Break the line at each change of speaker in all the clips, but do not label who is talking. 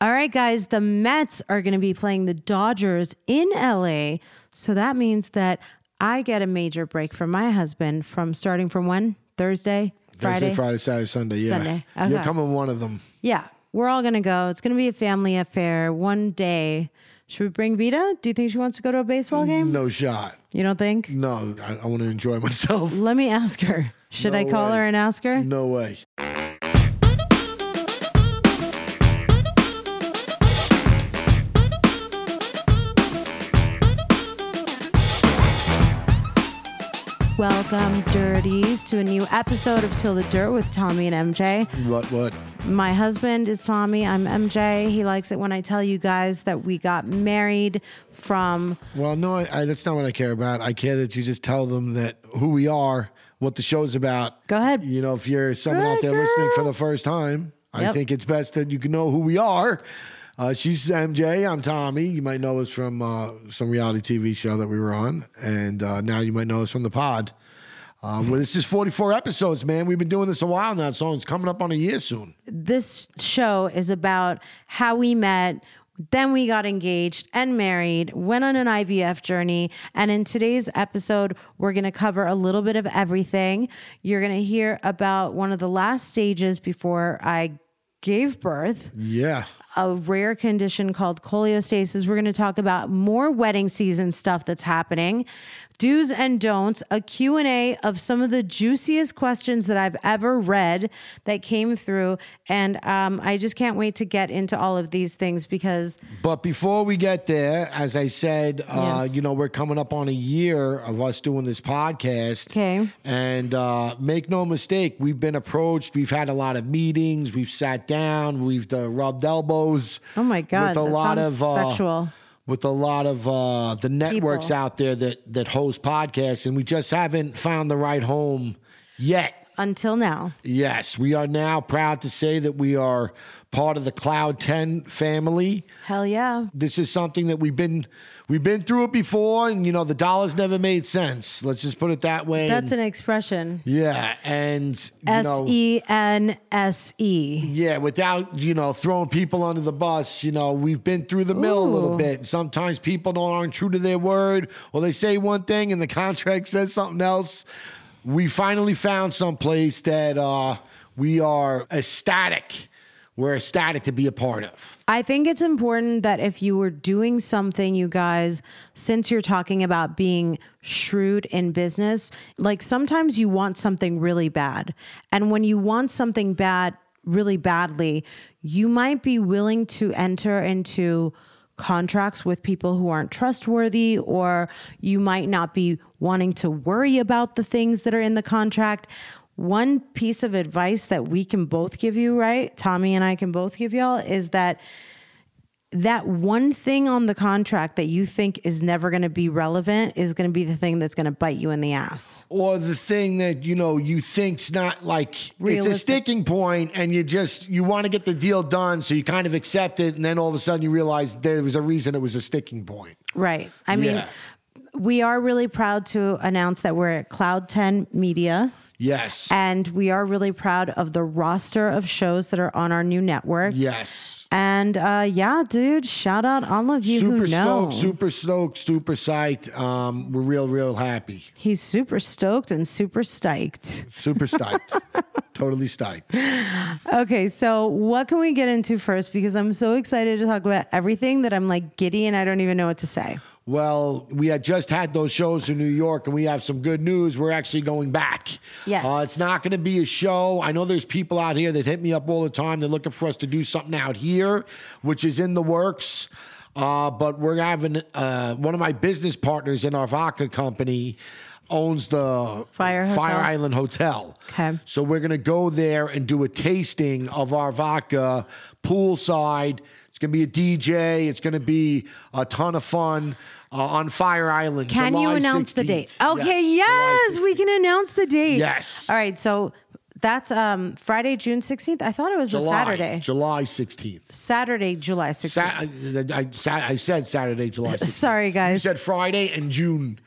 All right, guys, the Mets are going to be playing the Dodgers in LA. So that means that I get a major break from my husband from starting from when? Thursday? Friday?
Thursday, Friday, Saturday, Sunday. Yeah.
Sunday. Okay.
You're coming one of them.
Yeah, we're all going to go. It's going to be a family affair one day. Should we bring Vita? Do you think she wants to go to a baseball game?
No shot.
You don't think?
No, I, I want to enjoy myself.
Let me ask her. Should I
No
call
way. Mm.
her and ask her?
No way.
Welcome, Dirties, to a new episode of Till the Dirt with Tommy and MJ.
What? What?
My husband is Tommy. I'm MJ. He likes it when I tell you guys that we got married from.
Well, no, I, I, that's not what I care about. I care that you just tell them that who we are, what the show's about.
Go ahead.
You know, if you're someone
Good
out there listening for
girl.
the first time, I
Yep.
think it's best that you can know who we are. Uh, she's MJ. I'm Tommy. You might know us from uh, some reality TV show that we were on, and uh, now you might know us from the pod. Uh, well, this is 44 episodes, man. We've been doing this a while now, so it's coming up on a year soon.
This show is about how we met, then we got engaged and married, went on an IVF journey. And in today's episode, we're going to cover a little bit of everything. You're going to hear about one of the last stages before I gave birth.
Yeah.
a rare condition called coleostasis. We're going to talk about more wedding season stuff that's happening, do's and don'ts, a Q&A of some of the juiciest questions that I've ever read that came through. And um, I just can't wait to get into all of these things because
But before we get there, as I said, uh,
Yes.
you know, we're coming up on a year of us doing this podcast.
Okay.
And uh, make no mistake, we've been approached. We've had a lot of meetings. We've sat down. We've uh, rubbed elbows.
Oh my God,
With a
that
lot
sounds
of uh,
sexual.
With a lot of uh, the networks
People.
out there that that host podcasts, and we just haven't found the right home yet.
until now,
Yes, we are now proud to say that we are part of the Cloud Ten family
hell yeah.
this is something that we've been we've been through it before and you know the dollars never made sense let's just put it that way
That's
And-
an expression.
yeah and you
S
know
E N S E.
yeah without you know throwing people under the bus you know we've been through the mill a
Ooh.
little bit sometimes people don't aren't true to their word or they say one thing and the contract says something else we finally found someplace that uh we are ecstatic we're ecstatic to be a part of
I think it's important that if you were doing something, you guys, since you're talking about being shrewd in business, like sometimes you want something really bad. And when you want something bad, really badly, you might be willing to enter into contracts with people who aren't trustworthy, or you might not be wanting to worry about the things that are in the contract. One piece of advice that we can both give you, right? Tommy and I can both give y'all is that that one thing on the contract that you think is never going to be relevant is going to be the thing that's going to bite you in the ass.
or the thing that you know you think's not like it's a
Realistic.
sticking point and you just you want to get the deal done so you kind of accept it and then all of a sudden you realize there was a reason it was a sticking point
Right. I mean,
Yeah.
we are really proud to announce that we're at Cloud 10 Media.
yes
And we are really proud of the roster of shows that are on our new network.
yes
And uh, yeah, dude, shout out all of you
super
who know.
stoked super stoked super psyched um we're real real happy
He's super stoked and super stoked.
super stoked totally stoked
Okay, so what can we get into first? Because I'm so excited to talk about everything that I'm like giddy and I don't even know what to say.
Well, we had just had those shows in New York, and we have some good news. We're actually going back.
Yes.
Uh, it's not going to be a show. I know there's people out here that hit me up all the time. They're looking for us to do something out here, which is in the works. Uh, but we're having uh, one of my business partners in our vodka company owns the
Fire Hotel.
Fire Island Hotel.
Okay.
So we're going to go there and do a tasting of our vodka poolside. It's going to be a DJ. It's going to be a ton of fun uh, on Fire Island.
Can you
July
announce the
16th.
date? Okay,
July
yes, we
16th.
can announce the date.
Yes.
All right, so that's um, Friday, June 16th. I thought it was a
July,
Saturday.
July 16th.
Saturday, July 16th.
Sa- I, I- I- I said Saturday, July 16th.
Sorry,
You
guys.
said Friday and June.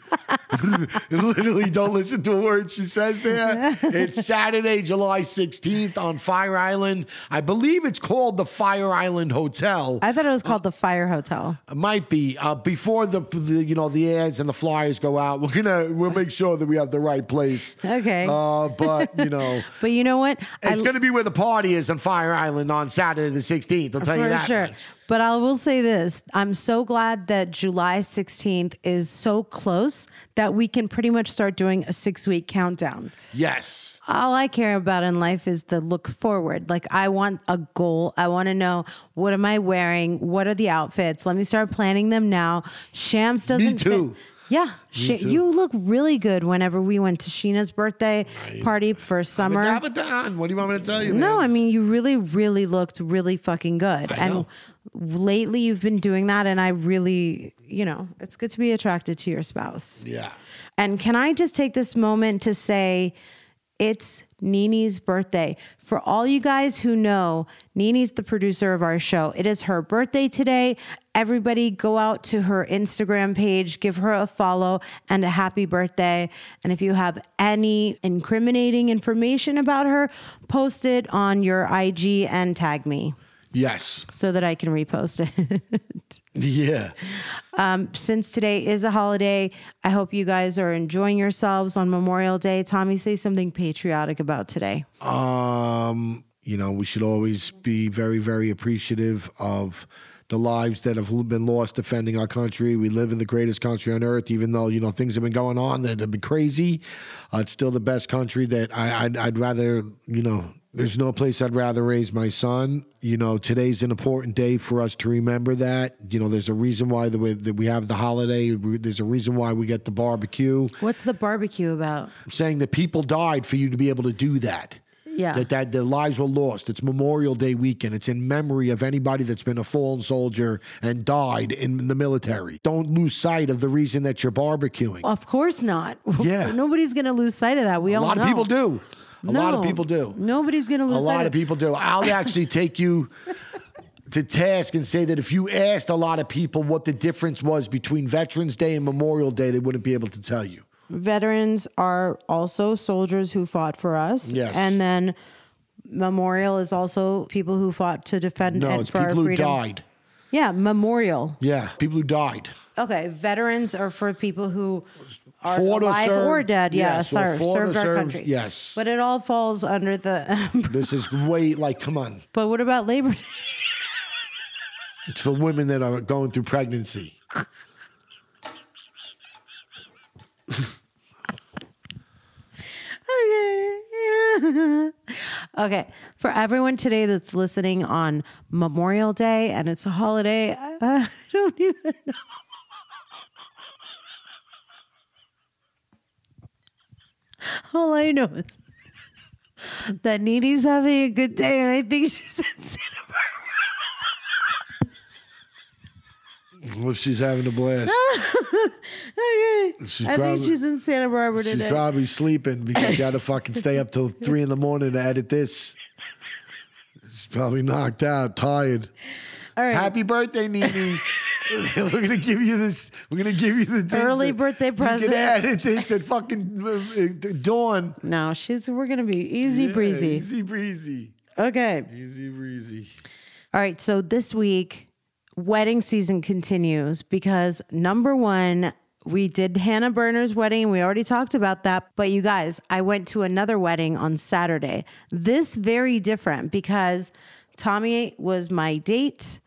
Literally, don't listen to a word she says there. It's Saturday, July 16th on Fire Island. I believe it's called the Fire Island Hotel.
I thought it was called the Fire Hotel.
It might be uh, before the, the you know the ads and the flyers go out. We're gonna we'll make sure that we have the right place.
Okay.
Uh, but you know.
But you know what?
It's going to be where the party is on Fire Island on Saturday the 16th. I'll tell you
for
that.
sure.
much.
But I will say this I'm so glad that July 16th is so close that we can pretty much start doing a six week countdown.
Yes.
All I care about in life is the look forward. Like, I want a goal. I want to know what am I wearing? What are the outfits? Let me start planning them now. Shams doesn't. fit-
too.
Yeah, Sha- you look really good. Whenever we went to Sheena's birthday party for summer,
Abadan, what do you want me to tell you?
no,
man?
I mean you really, really looked really fucking good.
I
and
know.
lately you've been doing that, and I really, you know, it's good to be attracted to your spouse.
Yeah.
And can I just take this moment to say it's Nini's birthday. For all you guys who know, Nini's the producer of our show. It is her birthday today. Everybody go out to her Instagram page, give her a follow and a happy birthday. And if you have any incriminating information about her, post it on your IG and tag me
Yes.
so that I can repost it.
Yeah.
since today is a holiday, I hope you guys are enjoying yourselves on Memorial Day. Tommy, say something patriotic about today.
Um, you know, we should always be very, very appreciative of the lives that have been lost defending our country. We live in the greatest country on earth, even though, you know, things have been going on that have been crazy. Uh, it's still the best country that I, I'd, I'd rather, you know, there's no place I'd rather raise my son. You know, today's an important day for us to remember that. You know, there's a reason why the way that we have the holiday. We- There's a reason why we get the barbecue.
What's the barbecue about?
I'm saying that people died for you to be able to do that.
Yeah.
That that their lives were lost. It's Memorial Day weekend. It's in memory of anybody that's been a fallen soldier and died in the military. Don't lose sight of the reason that you're barbecuing.
Of course not.
Yeah.
Nobody's going to lose sight of that. We
a
all
lot
know.
of people do. A lot of
No.
people do.
Nobody's going to lose
A
sight
lot of people do. I'll actually take you to task and say that if you asked a lot of people what the difference was between Veterans Day and Memorial Day, they wouldn't be able to tell you.
Veterans are also soldiers who fought for us.
Yes.
And then Memorial is also people who fought to defend
No,
and
it's
for our
people who
freedom.
died.
Yeah, Memorial.
Yeah, people who died.
Okay, veterans are for people who are
Fought or
alive or
served,
dead. Yeah,
yes, or
served,
fought or
served our
served,
country.
yes.
but it all falls under the.
This is way like, come on.
but what about Labor Day?
It's for women that are going through pregnancy.
okay. okay. For everyone today that's listening on Memorial Day and it's a holiday, I, I don't even know. All I know is that Needy's having a good day, and I think she's in cinema.
Well, she's having a blast.
Okay.
She's
I
probably-
think she's in Santa Barbara
She's
today.
probably sleeping because she had to fucking stay up till three in the morning to edit this. She's probably knocked out, tired.
All right.
Happy birthday, Nene. we're gonna give you this. We're gonna give you the thing
Early
that-
birthday
You
present.
can edit this at fucking uh, uh, dawn.
no, she's. We're gonna be easy
Yeah,
breezy.
easy breezy,
Okay.
easy breezy.
All right. So this week, wedding season continues because number one, we did Hannah Berner's wedding. We already talked about that. But you guys, I went to another wedding on Saturday. This very different because Tommy was my date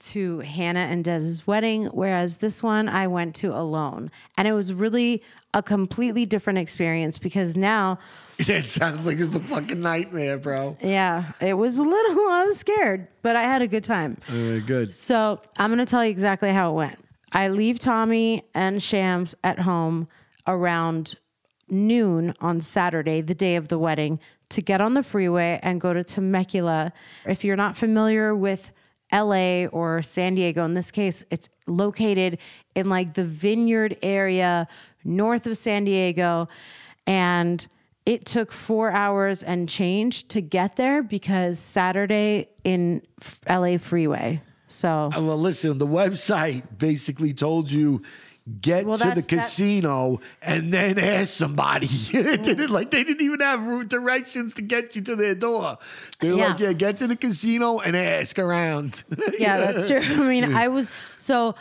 to Hannah and Dez's wedding, whereas this one I went to alone. And it was really a completely different experience because now
That sounds like it's a fucking nightmare, bro.
yeah, it was a little, I was scared, but I had a good time.
All right, good.
So I'm going to tell you exactly how it went. I leave Tommy and Shams at home around noon on Saturday, the day of the wedding, to get on the freeway and go to Temecula. If you're not familiar with LA or San Diego, in this case, it's located in like the vineyard area north of San Diego. And it took four hours and change to get there because Saturday in f- LA freeway. So
Uh, Well, listen, the website basically told you Get
Well,
to the
that's- that's-
casino and then ask somebody. they
Mm.
didn't, like they didn't even have route directions to get you to their door. They're like,
Yeah.
yeah, get to the casino and ask around.
yeah, that's true. I mean, I was so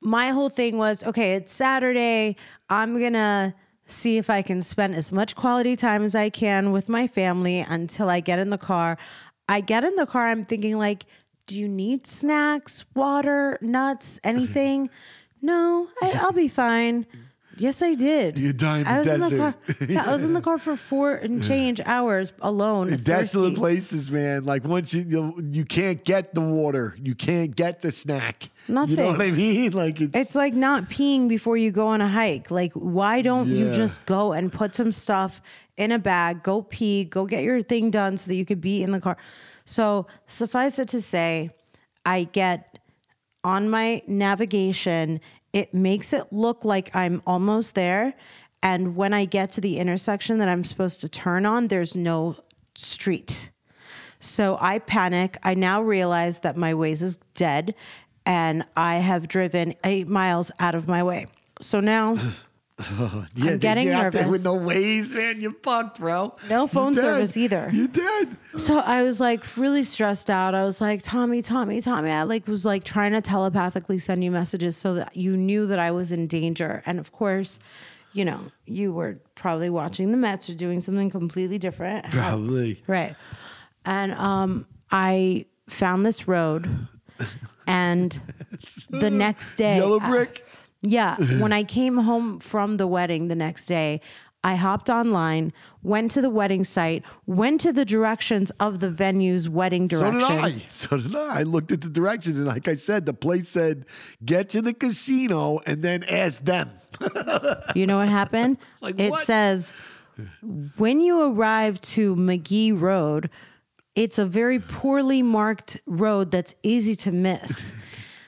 my whole thing was okay, it's Saturday. I'm gonna see if I can spend as much quality time as I can with my family until I get in the car. I get in the car, I'm thinking like, do you need snacks, water, nuts, anything? no, I, I'll be fine. Yes, I did.
You died in the
I was in the car.
desert.
Yeah, I was in the car for four and change hours alone.
Desolate
thirsty.
places, man. Like once you, you you can't get the water, you can't get the snack. You
Nothing.
know what I mean? Like it's,
It's like not peeing before you go on a hike. Like, why don't you
Yeah.
just go and put some stuff in a bag, go pee, go get your thing done so that you could be in the car? So, suffice it to say, I get on my navigation, it makes it look like I'm almost there. And when I get to the intersection that I'm supposed to turn on, there's no street. So I panic. I now realize that my ways is dead and I have driven eight miles out of my way. So now
yeah, dude,
getting
you're out there
nervous.
with no ways, man. You're fucked, bro.
No phone
You're dead.
service either.
You're dead.
So I was like really stressed out. I was like, Tommy, Tommy, Tommy. I like was like trying to telepathically send you messages so that you knew that I was in danger. And of course, you know, you were probably watching the Mets or doing something completely different.
Probably.
Right. And um, I found this road, and the next day,
Yellow brick?
yeah, when I came home from the wedding the next day, I hopped online, went to the wedding site, went to the directions of the venue's wedding
So did
directions.
I. So did I. I looked at the directions, and like I said, the place said, "Get to the casino and then ask them."
You know what happened?
Like,
it
what?
says when you arrive to McGee Road, it's a very poorly marked road that's easy to miss.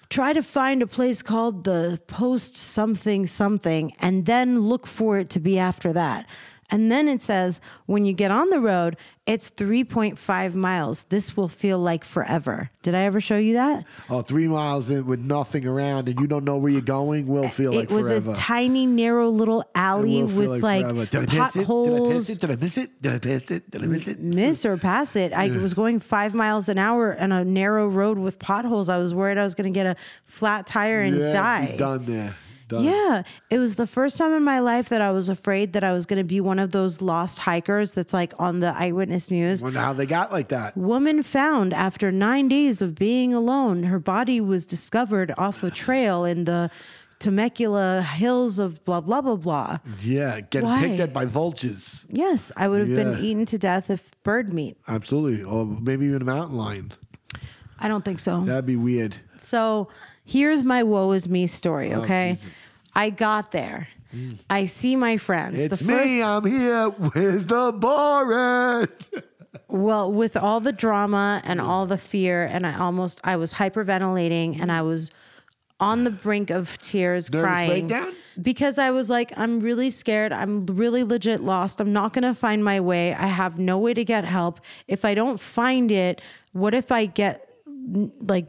Try to find a place called the post something something and then look for it to be after that. And then it says when you get on the road, it's 3.5 miles. This will feel like forever. Did I ever show you that?
Oh, three miles in with nothing around, and you don't know where you're going. Will feel
it
like
was
forever.
a tiny, narrow little alley
Will feel
with like,
forever. Did I pass it? Did I
potholes.
pass it? Did I miss it? Did I pass it? Did I miss it?
miss or pass it. I was going five miles an hour on a narrow road with potholes. I was worried I was going to get a flat tire and
Yeah,
die.
Done there. Done.
Yeah, it was the first time in my life that I was afraid that I was going to be one of those lost hikers that's like on the eyewitness news.
Wonder how they got like that.
Woman found after nine days of being alone. Her body was discovered off a trail in the Temecula hills of blah, blah, blah, blah.
Yeah, getting
Why?
picked at by vultures.
Yes, I would have
Yeah.
been eaten to death if bird meat.
Absolutely, or maybe even a mountain lion.
I don't think so.
That'd be weird.
So here's my woe is me story, okay?
Oh, Jesus. Mm.
I got there. I see my friends.
It's
the
me.
first,
I'm here. Where's the bar at?
well, with all the drama and all the fear, and I almost I was hyperventilating and I was on the brink of tears,
Nervous
crying
breakdown?
because I was like, I'm really scared. I'm really legit lost. I'm not gonna find my way. I have no way to get help. If I don't find it, what if I get n- like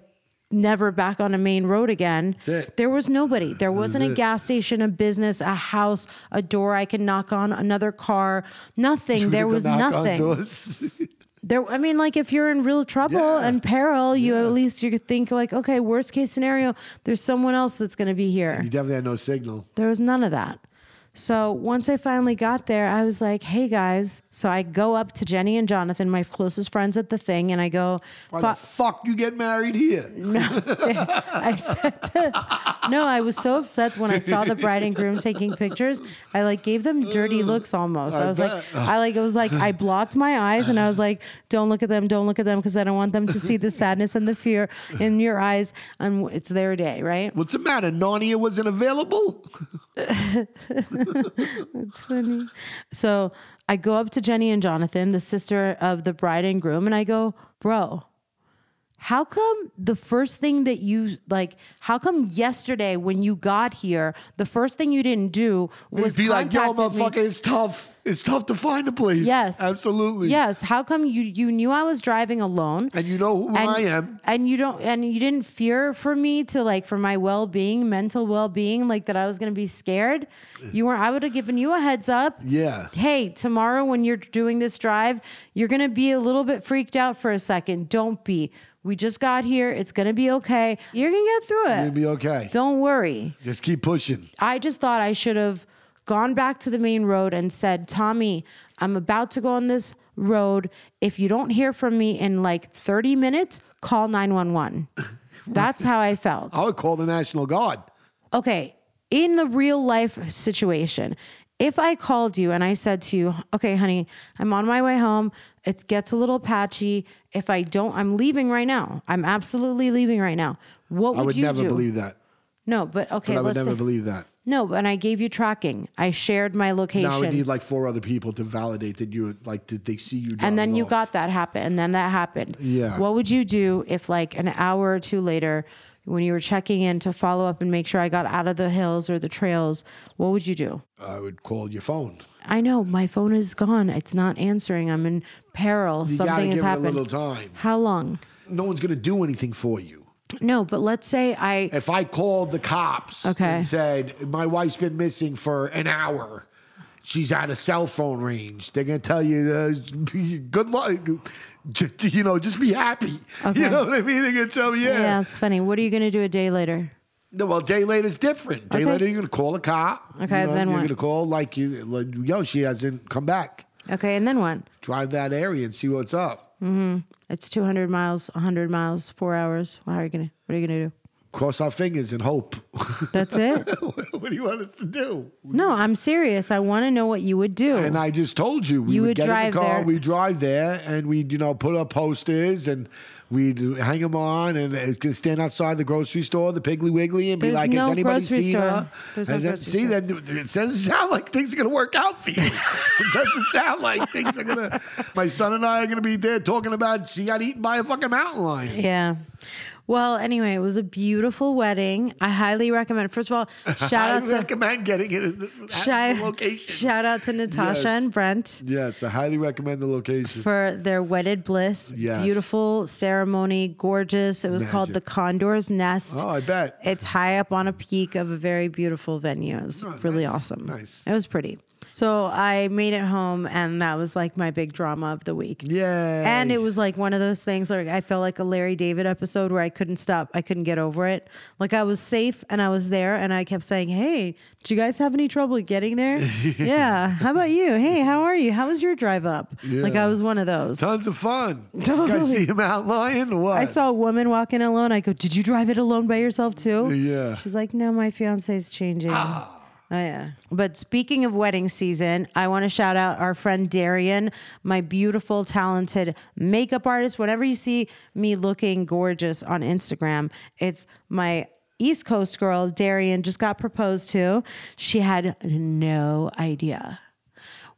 never back on a main road again?
That's it.
There was nobody. There wasn't a
it.
gas station, a business, a house, a door I can knock on, another car, nothing. There was
Knock on
nothing
doors.
there i mean like if you're in real trouble
Yeah.
and peril you at least you could think like okay worst case scenario there's someone else that's going to be here
You definitely had no signal.
there was none of that so once i finally got there i was like hey guys so i go up to jenny and jonathan my closest friends at the thing and i go
Why
"Fa-
the fuck you get married here?
I said to- no, I was so upset when I saw the bride and groom taking pictures. I like gave them dirty looks almost. I,
I
was
bet.
like, I like, it was like, I blocked my eyes and I was like, don't look at them, don't look at them because I don't want them to see the sadness and the fear in your eyes. And it's their day, right?
What's the matter? Narnia wasn't available.
funny. Mm-hmm. So I go up to Jenny and Jonathan, the sister of the bride and groom, and I go, Bro, how come the first thing that you like, how come yesterday when you got here, the first thing you didn't do was
It'd be like, yo,
contacted me-
motherfucker, it's tough. It's tough to find a place.
Yes.
Absolutely.
Yes. How come you you knew I was driving alone?
And you know who I am.
And you don't and you didn't fear for me to like for my well being, mental well being, like that I was gonna be scared. You were I would have given you a heads up.
Yeah.
Hey, tomorrow when you're doing this drive, you're gonna be a little bit freaked out for a second. Don't be. We just got here. It's gonna be okay. You're gonna get through
You'll
it.
be okay.
Don't worry.
Just keep pushing.
I just thought I should have gone back to the main road and said, Tommy, I'm about to go on this road. If you don't hear from me in like 30 minutes, call 911. That's how I felt.
I would call the National Guard.
Okay, in the real life situation, if I called you and I said to you, okay, honey, I'm on my way home. It gets a little patchy. If I don't, I'm leaving right now. I'm absolutely leaving right now. What would,
I would
you
never
do?
believe that.
no, but okay,
But I would
let's
never
say-
believe that.
no, and I gave you tracking. I shared my location.
Now I would need like four other people to validate that you like did they see you.
and then
driving
you
off.
got that happen. And then that happened.
Yeah.
What would you do if, like, an hour or two later, when you were checking in to follow up and make sure I got out of the hills or the trails, what would you do?
I would call your phone.
I know my phone is gone. It's not answering. I'm in peril.
You gotta
Something has
give it
happened.
a little time.
How long?
No one's gonna do anything for you.
No, but let's say I.
If I called the cops
Okay.
and said my wife's been missing for an hour, she's out of cell phone range, they're gonna tell you, uh, be- "Good luck." Just, you know, just be happy.
Okay.
You know what I mean? They're gonna tell you,
yeah, it's funny. What are you going to do a day later?
No, well, day later is different. Day
Okay.
later, you're gonna call a cop.
Okay,
you know,
then
you're
what?
gonna call like you, like, yo, she hasn't come back.
Okay, and then what?
Drive that area and see what's up.
It's 200 miles, 100 miles, four hours. How are you going to? What are you going to do?
Cross our fingers and hope.
That's it.
what do you want us to do?
No, I'm serious. I want to know what you would do.
And I just told you, we
You
would,
would
get in
drive
the car,
there.
we drive there, and we'd you know put up posters and we'd hang them on and uh, could stand outside the grocery store, the Piggly Wiggly, and be
There's
like, "Has
no
anybody
grocery
seen
store.
her?"
There's no
Has that-
grocery
see,
store.
then it doesn't sound like things are gonna work out for you. it doesn't sound like things are gonna. My son and I are gonna be there talking about she got eaten by a fucking mountain lion.
yeah. Well, anyway, it was a beautiful wedding. I highly recommend. First of all, shout
I
out to
recommend getting it at the, at
shout,
the location.
shout out to Natasha
Yes.
and Brent
yes, I highly recommend the location.
for their wedded bliss.
Yes.
Beautiful ceremony, gorgeous. It was called the
Magic.
Condor's Nest.
Oh, I bet.
It's high up on a peak of a very beautiful venue. It was
Oh,
really
nice,
awesome.
nice.
It was pretty. So I made it home, and that was like my big drama of the week.
Yeah.
And it was like one of those things like I felt like a Larry David episode where I couldn't stop. I couldn't get over it. Like I was safe and I was there and I kept saying, Hey, did you guys have any trouble getting there? yeah. How about you? Hey, how are you? How was your drive up? Like
Yeah.
I was one of those.
Tons of fun. You guys
Totally.
see him out lying or what?
I saw a woman walking alone. I go, Did you drive it alone by yourself too?
Yeah.
She's like, No, my fiance's changing. Oh, yeah. But speaking of wedding season, I want to shout out our friend Darian, my beautiful, talented makeup artist. Whenever you see me looking gorgeous on Instagram, it's my East Coast girl, Darian, just got proposed to. She had no idea.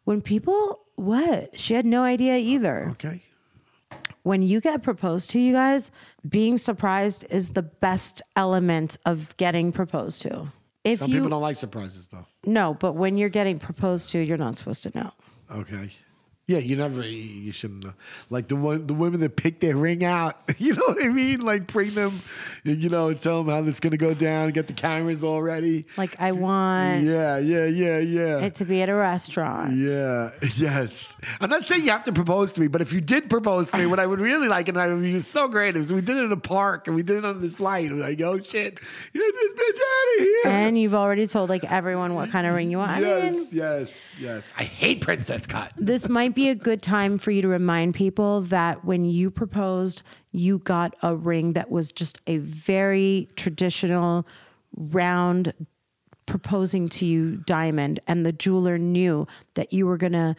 When people, what? She had no idea either
Okay.
when you get proposed to, you guys, being surprised is the best element of getting proposed to. If
Some
you
people don't like surprises though.
no, but when you're getting proposed to, you're not supposed to know.
Okay. Yeah, you never, you shouldn't know. Like the one, the women that pick their ring out. You know what I mean? Like bring them, you know, and tell them how this gonna go down. Get the cameras all ready.
Like I want
Yeah, yeah, yeah, yeah.
it to be at a restaurant.
yeah, yes. I'm not saying you have to propose to me, but if you did propose to me, what I would really like, and I would be so great, is we did it in a park and we did it under this light. I'm like, oh shit, get this bitch out of here.
And you've already told like everyone what kind of ring you want. I mean,
Yes, yes, yes. I hate Princess Cut.
this might be a good time for you to remind people that when you proposed, you got a ring that was just a very traditional round proposing to you diamond and the jeweler knew that you were going to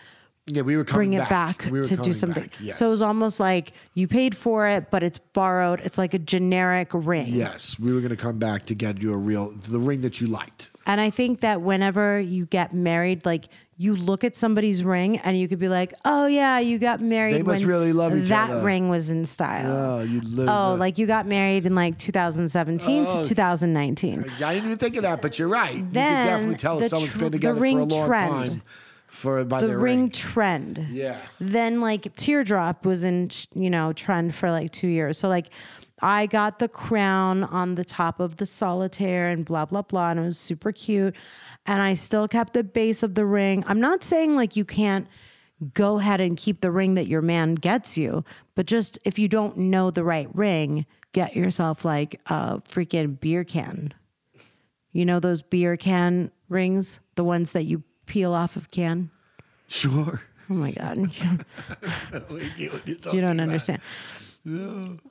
Yeah, we were coming
bring it back,
We were
to do
coming
something.
back, Yes.
So it was almost like you paid for it but it's borrowed. It's like a generic ring.
yes, we were going to come back to get you a real the ring that you liked.
And I think that whenever you get married, like you look at somebody's ring and you could be like, oh, yeah, you got married.
They must
when
really love each
That
other.
ring was in style.
Oh, you live.
oh, like you got married in like 2017
Oh.
to 2019.
I didn't even think of that, but you're right. you can
Then
definitely tell
the
if someone's
tr-
been
the
together for a
ring
long
trend.
time for by
The
their
ring trend.
Yeah.
Then like teardrop was in you know trend for like two years. So like I got the crown on the top of the solitaire and blah blah blah, and it was super cute. And I still kept the base of the ring. I'm not saying like you can't go ahead and keep the ring that your man gets you, but just if you don't know the right ring, get yourself like a freaking beer can. You know those beer can rings, the ones that you peel off of can.
Sure.
Oh my god.
What you- what you
you
talking
don't
about?
understand.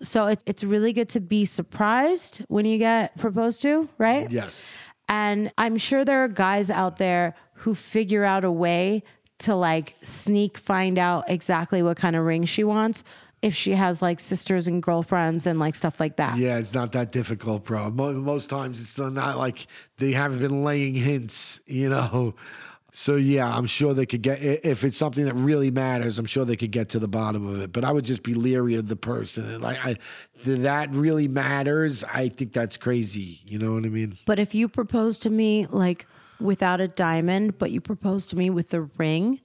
So it, it's really good to be surprised when you get proposed to, right?
Yes.
And I'm sure there are guys out there who figure out a way to like sneak find out exactly what kind of ring she wants if she has like sisters and girlfriends and like stuff like that.
Yeah, it's not that difficult, bro. Most, most times it's not like they haven't been laying hints, you know. So yeah, I'm sure they could get i- if it's something that really matters. I'm sure they could get to the bottom of it. But I would just be leery of the person. And like, I, th- that really matters. I think that's crazy. You know what I mean?
But if you propose to me like without a diamond, but you propose to me with the ring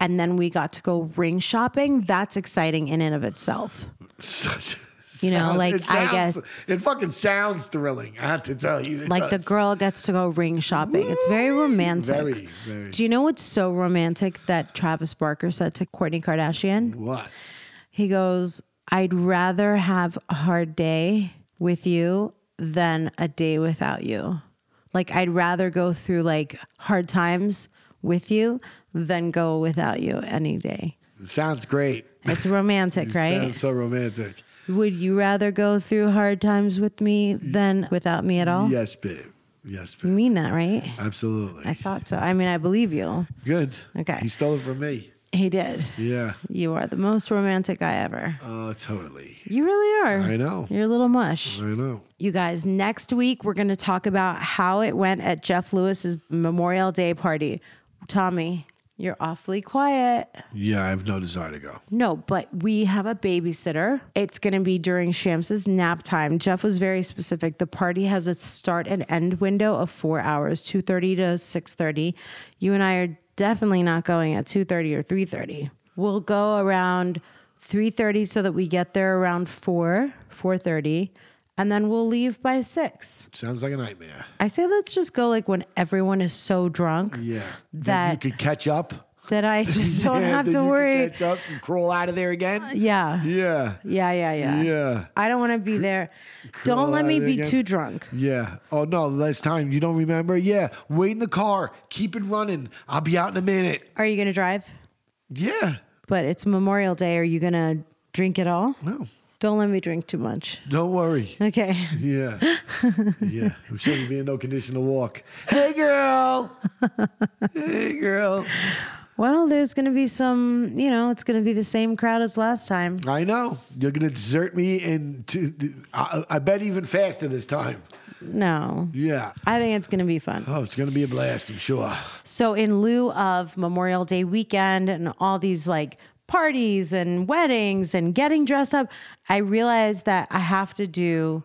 and then we got to go ring shopping, that's exciting in and of itself.
Such.
You know, like,
it
I
sounds-
guess-
it fucking sounds thrilling. I have to tell you, it
Like the
does.
girl gets to go ring shopping. It's very romantic.
Very, very.
Do you know what's so romantic that Travis Barker said to Kourtney Kardashian?
What?
He goes, I'd rather have a hard day with you than a day without you. Like, I'd rather go through like hard times with you than go without you any day.
It sounds great.
It's romantic, right?
Sounds so romantic.
Would you rather go through hard times with me than without me at all?
Yes, babe. Yes,
You
babe.
mean that, right?
Absolutely.
I thought so. I mean, I believe you.
Good.
Okay.
He stole it from me.
He did.
Yeah.
You are the most romantic guy ever.
Uh, totally.
You really are.
I know.
You're a little mush.
I know.
You guys, next week we're going to talk about how it went at Jeff Lewis's Memorial Day party. Tommy, you're awfully quiet.
Yeah, I have no desire to go.
No, but we have a babysitter. It's going to be during Shams's nap time. Jeff was very specific. The party has a start and end window of 4 hours, 2:30 to 6:30. You and I are definitely not going at 2:30 or 3:30. We'll go around 3:30 so that we get there around 4, 4:30, and then we'll leave by 6.
Sounds like a nightmare.
I say let's just go like when everyone is so drunk
Yeah. Then
that
you could catch up.
that I just don't
Yeah,
have
then
to
you could
worry.
catch up and crawl out of there again.
Yeah.
Yeah.
Yeah, yeah, yeah.
Yeah.
I don't want to be there.
Cool,
don't let me
uh,
be
again.
too drunk.
Yeah. Oh no, last time you don't remember? Yeah. Wait in the car. Keep it running. I'll be out in a minute.
Are you going to drive?
Yeah.
But it's Memorial Day. Are you going to drink at all?
No.
Don't let me drink too much.
Don't worry.
Okay.
Yeah. yeah. I'm sure you'll be in no condition to walk. Hey girl. hey girl.
Well, there's going to be some, you know, it's going to be the same crowd as last time.
I know you're going to desert me, and to, I, I bet even faster this time.
No.
Yeah.
I think it's going to be fun.
Oh, it's going to be a blast, I'm sure.
So, in lieu of Memorial Day weekend and all these like parties and weddings and getting dressed up, I realized that I have to do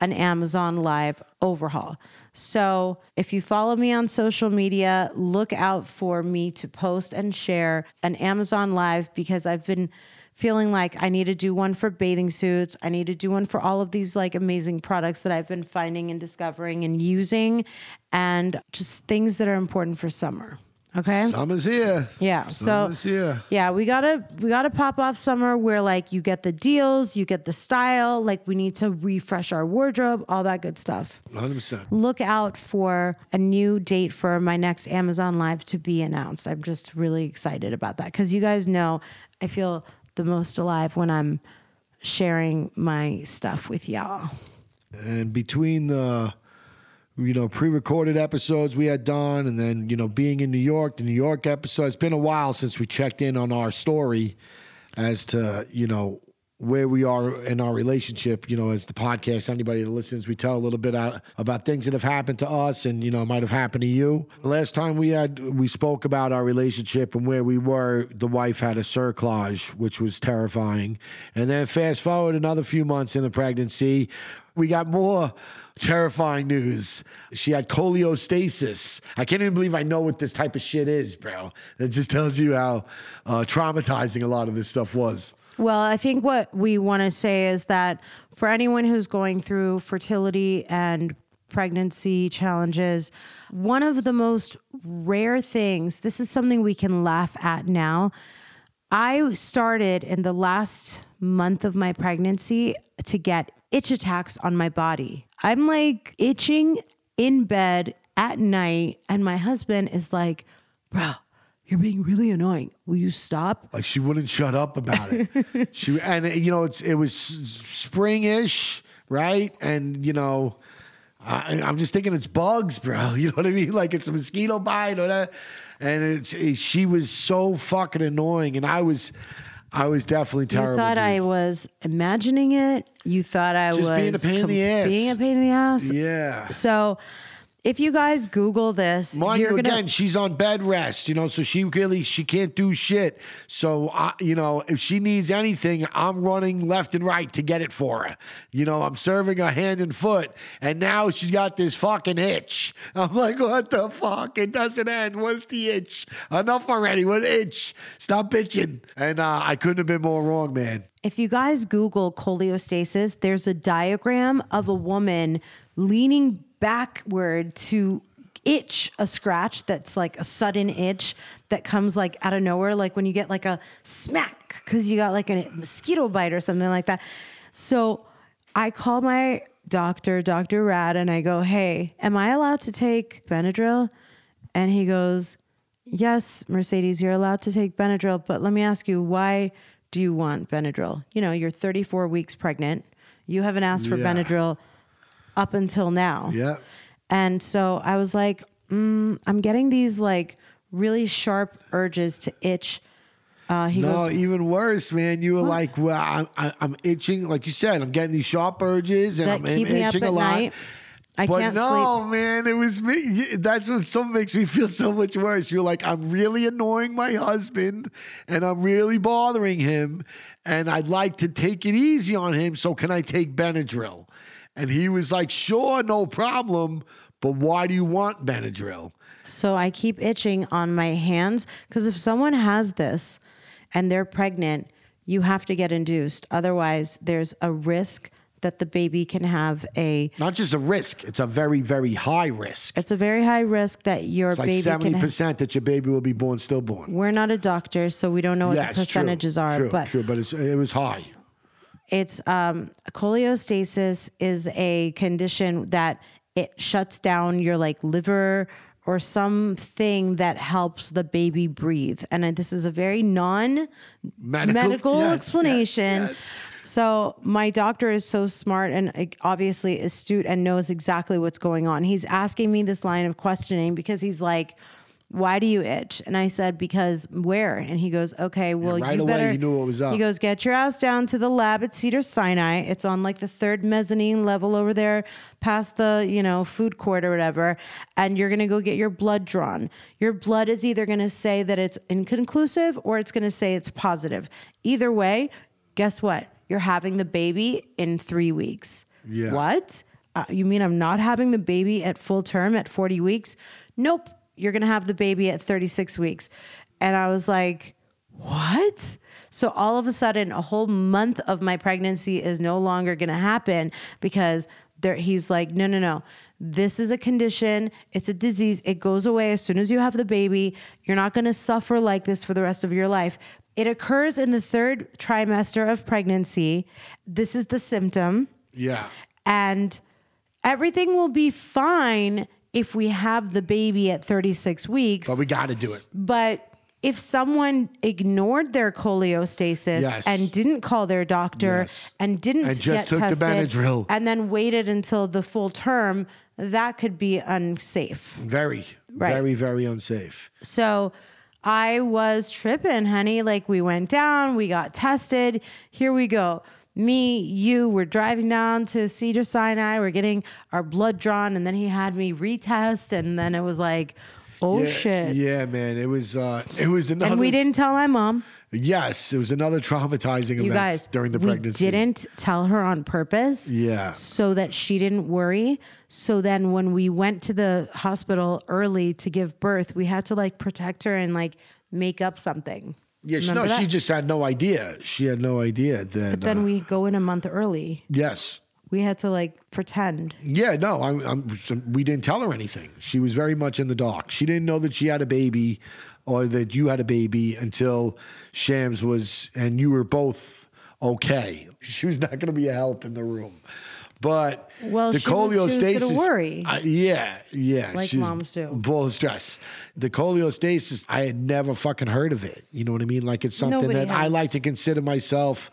an Amazon Live overhaul. So, if you follow me on social media, look out for me to post and share an Amazon Live because I've been feeling like I need to do one for bathing suits. I need to do one for all of these like amazing products that I've been finding and discovering and using and just things that are important for summer. Okay?
Summer's here.
yeah. So
Summer's here.
yeah, we gotta we gotta pop off summer where like you get the deals, you get the style, like we need to refresh our wardrobe, all that good stuff.
100%.
Look out for a new date for my next Amazon Live to be announced. I'm just really excited about that because you guys know I feel the most alive when I'm sharing my stuff with y'all.
And between the, you know, pre recorded episodes we had done, and then, you know, being in New York, the New York episode, it's been a while since we checked in on our story as to, you know, where we are in our relationship, you know, as the podcast, anybody that listens, we tell a little bit out about things that have happened to us and, you know, might have happened to you. Last time we had, we spoke about our relationship and where we were, the wife had a surclage, which was terrifying. And then fast forward another few months in the pregnancy, we got more terrifying news. She had coleostasis. I can't even believe I know what this type of shit is, bro. It just tells you how uh, traumatizing a lot of this stuff was.
Well, I think what we want to say is that for anyone who's going through fertility and pregnancy challenges, one of the most rare things, this is something we can laugh at now. I started in the last month of my pregnancy to get itch attacks on my body. I'm like itching in bed at night, and my husband is like, bro, you're being really annoying. Will you stop?
Like she wouldn't shut up about it. she and you know it's it was springish, right? And you know, I, I'm just thinking it's bugs, bro. You know what I mean? Like it's a mosquito bite or that. And it's, it, she was so fucking annoying, and I was, I was definitely terrible.
You thought
dude.
I was imagining it. You thought I was
Just being a pain in the ass.
Being a pain in the ass.
yeah.
So, if you guys Google this,
Mind
you're
you,
gonna.
again, she's on bed rest, you know, so she really she can't do shit. So, I, you know, if she needs anything, I'm running left and right to get it for her. You know, I'm serving her hand and foot, and now she's got this fucking itch. I'm like, what the fuck? It doesn't end. What's the itch? Enough already. What itch? Stop bitching. And uh, I couldn't have been more wrong, man.
If you guys Google coleostasis, there's a diagram of a woman leaning backward to itch a scratch that's like a sudden itch that comes like out of nowhere, like when you get like a smack because you got like a mosquito bite or something like that. So I call my doctor, Dr. Rad, and I go, Hey, am I allowed to take Benadryl? And he goes, Yes, Mercedes, you're allowed to take Benadryl, but let me ask you, why do you want Benadryl? You know, you're 34 weeks pregnant. You haven't asked for
Yeah.
Benadryl up until now.
Yeah.
And so I was like, mm, I'm getting these like really sharp urges to itch. Uh, he
No,
goes,
even worse, man. You were like, well, I'm, I, I'm itching. Like you said, I'm getting these sharp urges, and
that
I'm
keep me up
itching
at
a lot.
night. I
but
can't sleep.
no, man, it was me. That's what some makes me feel so much worse. You're like, I'm really annoying my husband, and I'm really bothering him, and I'd like to take it easy on him. So can I take Benadryl? And he was like, Sure, no problem. But why do you want Benadryl?
So I keep itching on my hands because if someone has this and they're pregnant, you have to get induced. Otherwise, there's a risk that the baby can have a.
Not just a risk; it's a very, very high risk.
It's a very high risk that your
It's like
baby
seventy
can. Ha-
percent that your baby will be born stillborn.
we're not a doctor, so we don't know what
Yeah,
the
it's true,
percentages are,
True,
but
true, but it's, it was high.
it's um, coleostasis is a condition that it shuts down your like liver or something that helps the baby breathe, and uh, this is a very non.
Medical,
medical
yes, yes,
explanation.
yes.
So my doctor is so smart and like, obviously astute and knows exactly what's going on. He's asking me this line of questioning because he's like, "Why do you itch?" And I said, "Because where?" And he goes, "Okay, well,
right
you
away
better."
he knew what was up.
He goes, "Get your ass down to the lab at Cedar Sinai. It's on like the third mezzanine level over there, past the you know food court or whatever, and you're gonna go get your blood drawn. Your blood is either gonna say that it's inconclusive or it's gonna say it's positive. Either way, guess what? You're having the baby in three weeks.
Yeah.
What? Uh, you mean I'm not having the baby at full term at 40 weeks? Nope. You're going to have the baby at 36 weeks. And I was like, what? So all of a sudden, a whole month of my pregnancy is no longer going to happen because there, he's like, no, no, no. This is a condition. It's a disease. It goes away as soon as you have the baby. You're not going to suffer like this for the rest of your life. It occurs in the third trimester of pregnancy. This is the symptom
Yeah.
and everything will be fine if we have the baby at 36 weeks.
But we got to do it.
But if someone ignored their coleostasis
Yes.
and didn't call their doctor
Yes.
and didn't
And just
get
took the
tested
Benadryl.
and then waited until the full term, that could be unsafe.
Very,
Right.
very, very unsafe.
So I was tripping, honey. Like we went down, we got tested. Here we go. Me, you, we're driving down to Cedar Sinai. We're getting our blood drawn, and then he had me retest, and then it was like, oh
yeah,
shit.
Yeah, man. It was uh it was another
And we didn't tell my mom.
Yes, it was another traumatizing
You
event
guys,
during the
we
pregnancy.
didn't tell her on purpose.
Yeah.
So that she didn't worry. So then when we went to the hospital early to give birth, we had to like protect her and like make up something.
Yeah, she, no,
Remember
she
that?
just had no idea. She had no idea that uh,
Then we go in a month early.
yes.
We had to like pretend.
Yeah, no, I'm, I'm, we didn't tell her anything. She was very much in the dark. She didn't know that she had a baby or that you had a baby until Shams was, and you were both okay. She was not going to be a help in the room. But
Well,
the
she was- she was gonna
cholestasis.
worry.
I- yeah, yeah.
Like
she's
moms do.
Full of stress. The cholestasis, I had never fucking heard of it. You know what I mean? Like it's something
Nobody
that I
has.
like to consider myself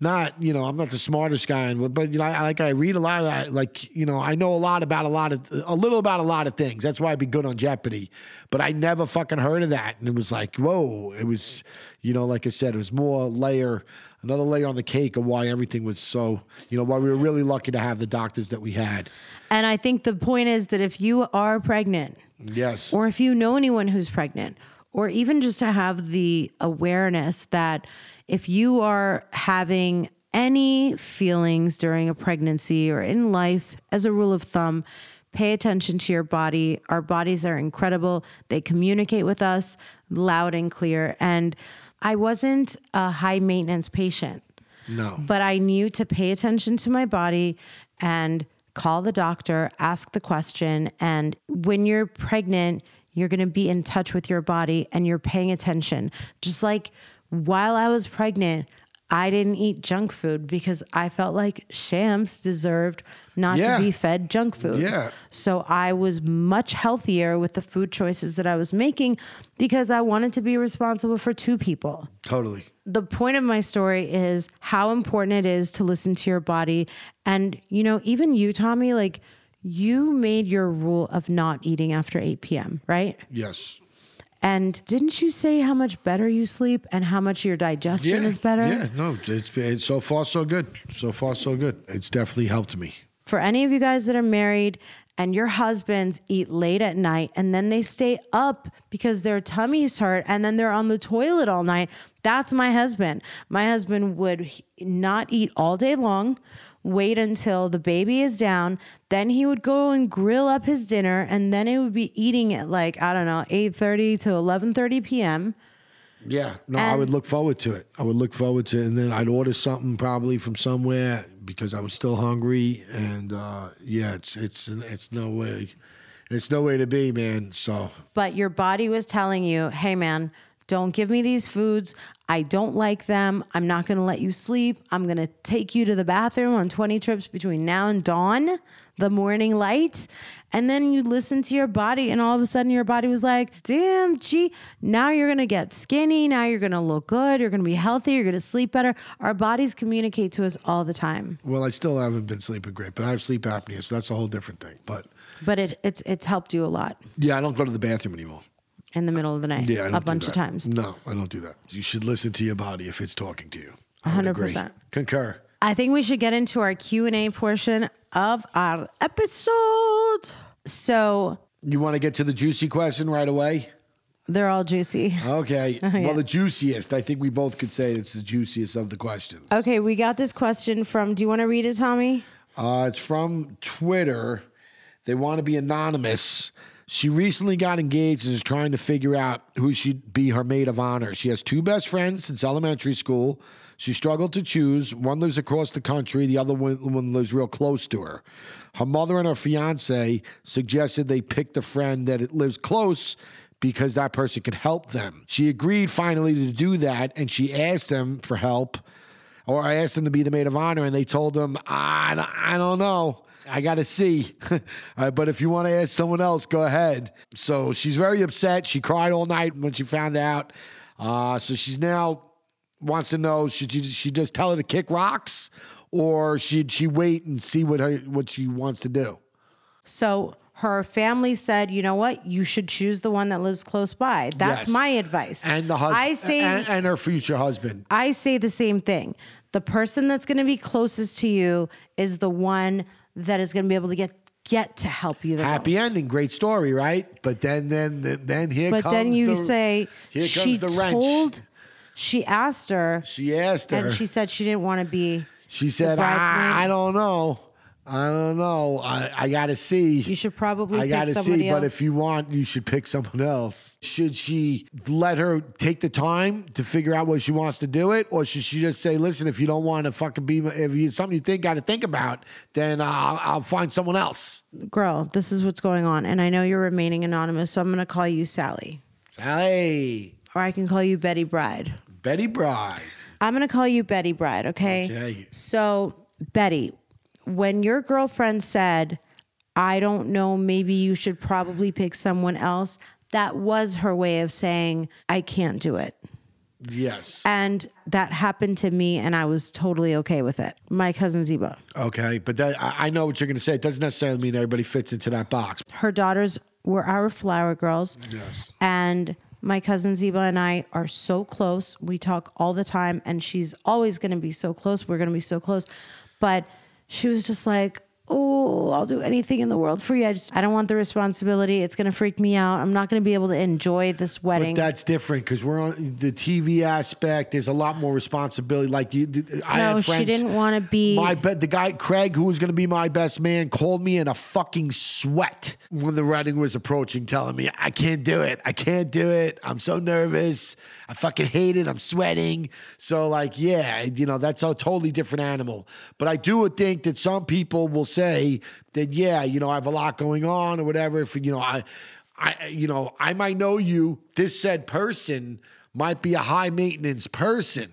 not you know i'm not the smartest guy and but you know I, like i read a lot of, I, like you know i know a lot about a lot of a little about a lot of things that's why i'd be good on jeopardy but i never fucking heard of that and it was like whoa it was you know like i said it was more layer another layer on the cake of why everything was so you know why we were really lucky to have the doctors that we had
And I think the point is that if you are pregnant,
yes
or if you know anyone who's pregnant, or even just to have the awareness that if you are having any feelings during a pregnancy or in life, as a rule of thumb, pay attention to your body. Our bodies are incredible, they communicate with us loud and clear. And I wasn't a high maintenance patient.
no
But I knew to pay attention to my body and call the doctor, ask the question. And when you're pregnant, you're going to be in touch with your body and you're paying attention. Just like while I was pregnant, I didn't eat junk food because I felt like Shams deserved not
Yeah.
to be fed junk food.
Yeah.
So I was much healthier with the food choices that I was making because I wanted to be responsible for two people
totally
the point of my story is how important it is to listen to your body. And, you know, even you, Tommy, like you made your rule of not eating after 8 p.m., right?
yes
And didn't you say how much better you sleep and how much your digestion is better?
yeah no it's, it's so far so good so far so good it's definitely helped me
For any of you guys that are married and your husbands eat late at night and then they stay up because their tummies hurt and then they're on the toilet all night, that's my husband. My husband would h- not eat all day long, wait until the baby is down, then he would go and grill up his dinner and then he would be eating at like, I don't know, 8:30 to 11:30 p.m.
Yeah, no, I would look forward to it. I would look forward to it, and then I'd order something probably from somewhere because I was still hungry. And uh, yeah, it's it's it's no way, it's no way to be, man. So
but your body was telling you, hey, man, don't give me these foods. I don't like them. I'm not going to let you sleep. I'm going to take you to the bathroom on 20 trips between now and dawn, the morning light. And then you listen to your body, and all of a sudden, your body was like, damn, gee, now you're going to get skinny. Now you're going to look good. You're going to be healthy. You're going to sleep better. Our bodies communicate to us all the time.
well, I still haven't been sleeping great, but I have sleep apnea, so that's a whole different thing. But
But it, it's, it's helped you a lot
yeah, I don't go to the bathroom anymore.
in the middle of the night
Yeah, I
a
don't do
bunch of
that.
times.
No, I don't do that. You should listen to your body if it's talking to you. I would
hundred
agree.
percent.
Concur.
I think we should get into our Q&A portion of our episode. So,
You want to get to the juicy question right away?
they're all juicy.
Okay.
yeah.
Well, the juiciest. I think we both could say it's the juiciest of the questions.
Okay, we got this question from Do you want to read it, Tommy?
Uh, it's from Twitter. They want to be anonymous. She recently got engaged and is trying to figure out who should be her maid of honor. She has two best friends since elementary school. She struggled to choose. One lives across the country, the other one, one lives real close to her. Her mother and her fiance suggested they pick the friend that it lives close because that person could help them. She agreed finally to do that and she asked them for help or I asked them to be the maid of honor, and they told them, I, don't- I don't know. I got to see. Uh, but if you want to ask someone else, go ahead. So she's very upset. She cried all night when she found out. Uh, so she's now wants to know should she, she just tell her to kick rocks or should she wait and see what her, what she wants to do?
So, her family said, you know what, you should choose the one that lives close by. That's
Yes.
my advice.
and the husband
I say
and, and her future husband.
I say the same thing. The person that's going to be closest to you is the one that is going to be able to get get to help you the
Happy
most.
ending, great story, right? But then, then, then here
But
comes.
then you
the,
say
here
she
comes the wrench.
told she asked her
She asked her.
and she said she didn't want to be
She said,
bridesmaid.
I, I don't know. I don't know. I, I got to see.
you should probably
I
pick
got to
somebody
see.
else.
But if you want, you should pick someone else. Should she let her take the time to figure out what she wants to do it? Or should she just say, listen, if you don't want to fucking be, if you something you think got to think about, then I'll, I'll find someone else?
girl, this is what's going on and I know you're remaining anonymous, so I'm going to call you Sally
Sally,
or I can call you Betty Bride.
Betty Bride.
I'm going to call you Betty Bride, okay?
Okay.
So, Betty, when your girlfriend said, I don't know, maybe you should probably pick someone else, that was her way of saying, I can't do it.
Yes.
And that happened to me, and I was totally okay with it. My cousin Ziba,
Okay. But that, I I know what you're going to say. It doesn't necessarily mean everybody fits into that box.
her daughters were our flower girls.
Yes.
And my cousin Ziba and I are so close. We talk all the time, and she's always going to be so close. We're going to be so close. But she was just like, Oh, I'll do anything in the world for you. I just, I don't want the responsibility. It's going to freak me out. I'm not going to be able to enjoy this wedding.
But that's different because we're on the TV aspect. There's a lot more responsibility. Like you, th- I
no,
had friends.
she didn't want to be.
My be- the guy Craig, who was going to be my best man, called me in a fucking sweat when the wedding was approaching, telling me I can't do it. I can't do it. I'm so nervous. I fucking hate it. I'm sweating. So like, yeah, you know, that's a totally different animal. But I do think that some people will say that, yeah, you know, I have a lot going on or whatever. If you know, I, I, you know, I might know you. This said person might be a high maintenance person.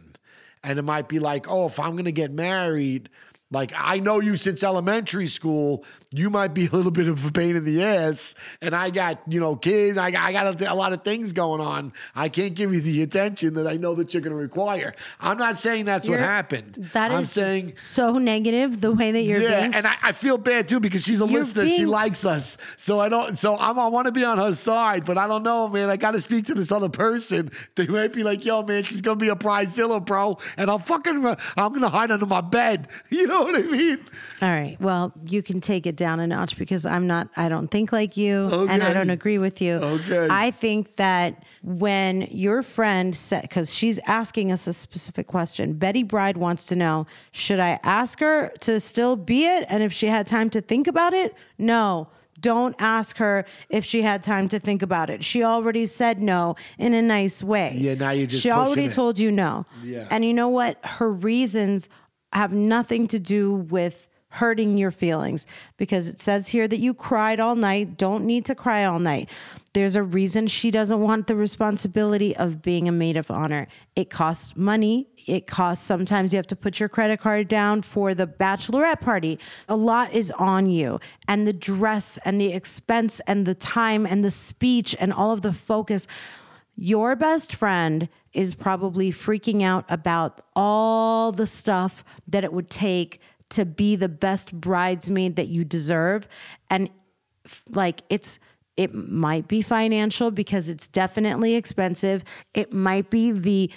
And it might be like, oh, if I'm going to get married, like I know you since elementary school, you might be a little bit of a pain in the ass. And I got, you know, kids, I, I got a, th- a lot of things going on. I can't give you the attention that I know that you're going to require. I'm not saying that's what
You're-
happened.
That
I'm
is
saying.
so negative the way that you're
Yeah,
being.
and I, I feel bad too because she's a
You're
listener. she
being-
likes us, so I don't. So I'm, I want to be on her side, but I don't know, man. I got to speak to this other person. They might be like, "Yo, man, she's gonna be a prizezilla, bro," and I'm fucking. I'm gonna hide under my bed. You know what I mean?
All right. Well, you can take it down a notch because I'm not, I don't think like you and I
Okay.
don't agree with you.
Okay.
I think that when your friend said, because she's asking us a specific question, Betty Bride wants to know should I ask her to still be it? And if she had time to think about it? No. Don't ask her if she had time to think about it. She already said no in a nice way.
Yeah, now you're just
She already
pushing it.
told you no.
Yeah.
And you know what? Her reasons have nothing to do with hurting your feelings because it says here that you cried all night. Don't need to cry all night. There's a reason she doesn't want the responsibility of being a maid of honor. It costs money. It costs sometimes you have to put your credit card down for the bachelorette party. A lot is on you. And the dress and the expense and the time and the speech and all of the focus your best friend is probably freaking out about all the stuff that it would take to be the best bridesmaid that you deserve and f- like it's it might be financial because it's definitely expensive it might be the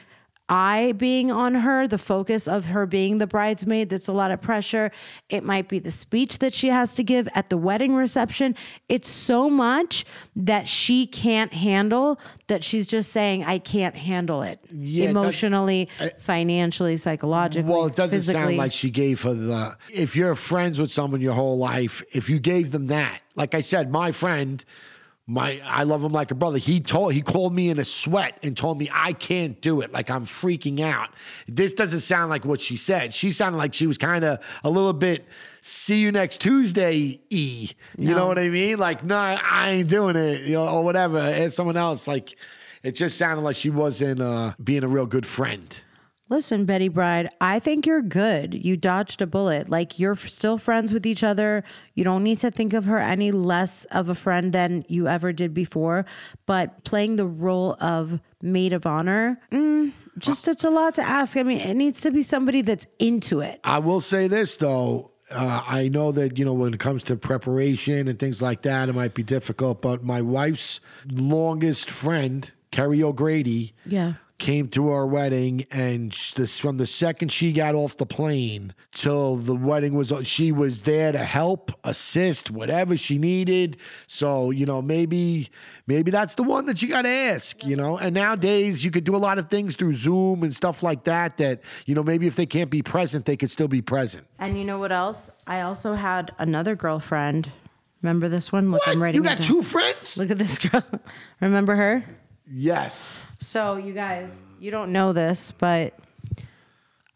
eye being on her the focus of her being the bridesmaid that's a lot of pressure it might be the speech that she has to give at the wedding reception it's so much that she can't handle that she's just saying i can't handle it
Yeah, it does-
emotionally financially psychologically
Well, it doesn't sound
physically.
like she gave her the. If you're friends with someone your whole life, if you gave them that, like I said, my friend, my I love him like a brother. He told he called me in a sweat and told me I can't do it. Like I'm freaking out. This doesn't sound like what she said. She sounded like she was kind of a little bit. See you next Tuesday, E. You know what I mean? Like, no, I ain't doing it, you know, or whatever. As someone else, like, it just sounded like she wasn't uh, being a real good friend.
Listen, Betty Bride, I think you're good. You dodged a bullet. Like you're f- still friends with each other. You don't need to think of her any less of a friend than you ever did before. But playing the role of maid of honor, mm, just it's a lot to ask. I mean, it needs to be somebody that's into it.
I will say this though, Uh, I know that you know when it comes to preparation and things like that, it might be difficult. But my wife's longest friend, Kerry O'Grady,
Yeah.
came to our wedding, and sh- this from the second she got off the plane till the wedding was, she was there to help, assist, whatever she needed. So you know, maybe maybe that's the one that you got to ask. You know, and nowadays you could do a lot of things through Zoom and stuff like that. That you know, maybe if they can't be present, they could still be present.
And you know what else? I also had another girlfriend. Remember this one? Look, I'm
What?
writing it
You got
down.
two friends?
Look at this girl. Remember her?
Yes.
So, you guys, you don't know this, but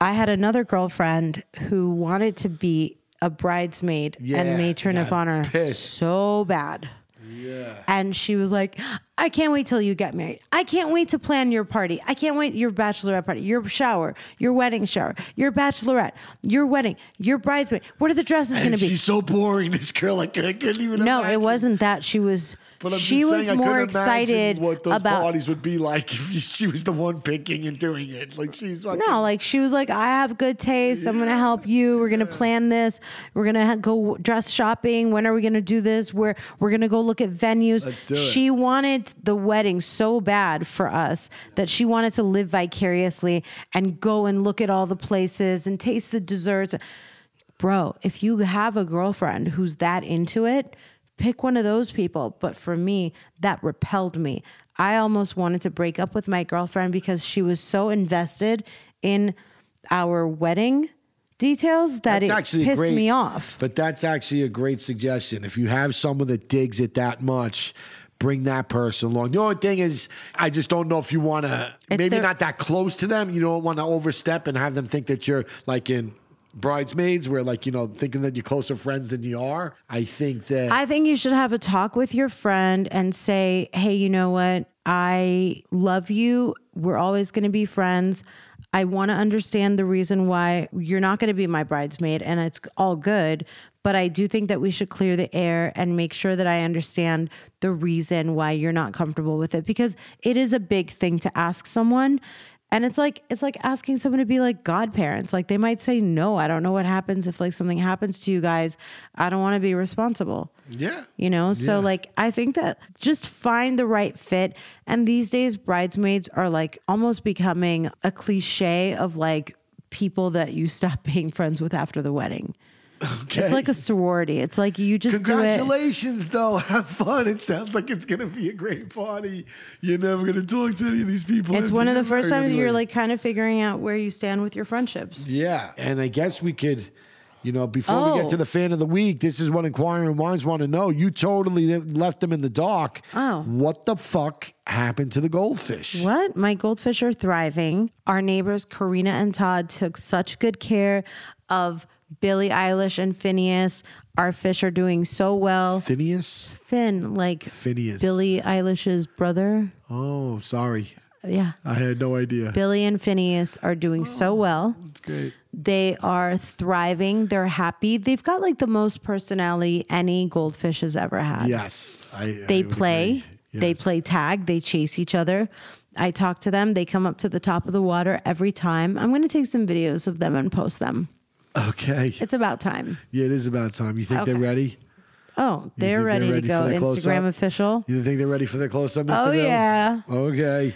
I had another girlfriend who wanted to be a bridesmaid
Yeah,
and matron of
got
honor
pissed.
so bad.
Yeah.
And she was like, I can't wait till you get married. I can't wait to plan your party. I can't wait your bachelorette party, your shower, your wedding shower, your bachelorette, your wedding, your bridesmaid. What are the dresses going to be?
She's so boring. This girl, I couldn't, I couldn't even.
No,
imagine.
it wasn't that. She was
But I'm
she
just
was
saying, I
more
couldn't imagine
excited
what those
about
parties would be like if you- she was the one picking and doing it. Like she's like,
No, like she was like, I have good taste. I'm gonna help you. We're gonna plan this. We're gonna ha- go dress shopping. When are we gonna do this? We're we're gonna go look at venues.
Let's do it.
she wanted the wedding so bad for us that she wanted to live vicariously and go and look at all the places and taste the desserts. Bro, if you have a girlfriend who's that into it, pick one of those people. But for me, that repelled me. I almost wanted to break up with my girlfriend because she was so invested in our wedding details that
That's
it
actually
pissed
great.
me off.
But that's actually a great suggestion. If you have someone that digs it that much, bring that person along. The only thing is, I just don't know if you want to.
It's
Maybe
their-
not that close to them. You don't want to overstep and have them think that you're like in bridesmaids, where like you know thinking that you're closer friends than you are. I think that
I think you should have a talk with your friend and say, hey, you know what? I love you. We're always going to be friends. I want to understand the reason why you're not going to be my bridesmaid, and it's all good. But I do think that we should clear the air and make sure that I understand the reason why you're not comfortable with it because it is a big thing to ask someone. And it's like it's like asking someone to be like godparents. Like they might say no, I don't know what happens if like something happens to you guys. I don't want to be responsible
yeah.
you know so like i think that just find the right fit and these days bridesmaids are like almost becoming a cliche of like people that you stop being friends with after the wedding it's
Okay.
like a sorority it's like you just do it
Congratulations, though. Have fun. It sounds like it's going to be a great party. You're never going to talk to any of these people.
it's
until
one of
you're
the first
married
times you're
anyway.
like kind of figuring out where you stand with your friendships
Yeah. And I guess we could, you know, before we
Oh.
get to the fan of the week, this is what inquiring minds want to know. You totally left them in the dark.
Oh.
What the fuck happened to the goldfish?
What? My goldfish are thriving. Our neighbors, Karina and Todd, took such good care of Billie Eilish and Phineas. Our fish are doing so well.
Phineas?
Finn, like
Phineas.
Billie Eilish's brother.
Oh, sorry.
Yeah.
I had no idea.
Billy and Phineas are doing
Oh.
so well.
Great.
They are thriving. They're happy. They've got like the most personality any goldfish has ever had.
Yes. I,
They
I would
play.
agree. Yes.
They play tag. They chase each other. I talk to them. They come up to the top of the water every time. I'm going to take some videos of them and post them.
Okay.
It's about time.
Yeah, it is about time. You think
Okay.
they're ready?
Oh,
You
they're
think
ready, to go.
for the close-up?
Instagram official.
You think they're ready for the close up, Mr.
Oh,
Bill?
yeah.
Okay.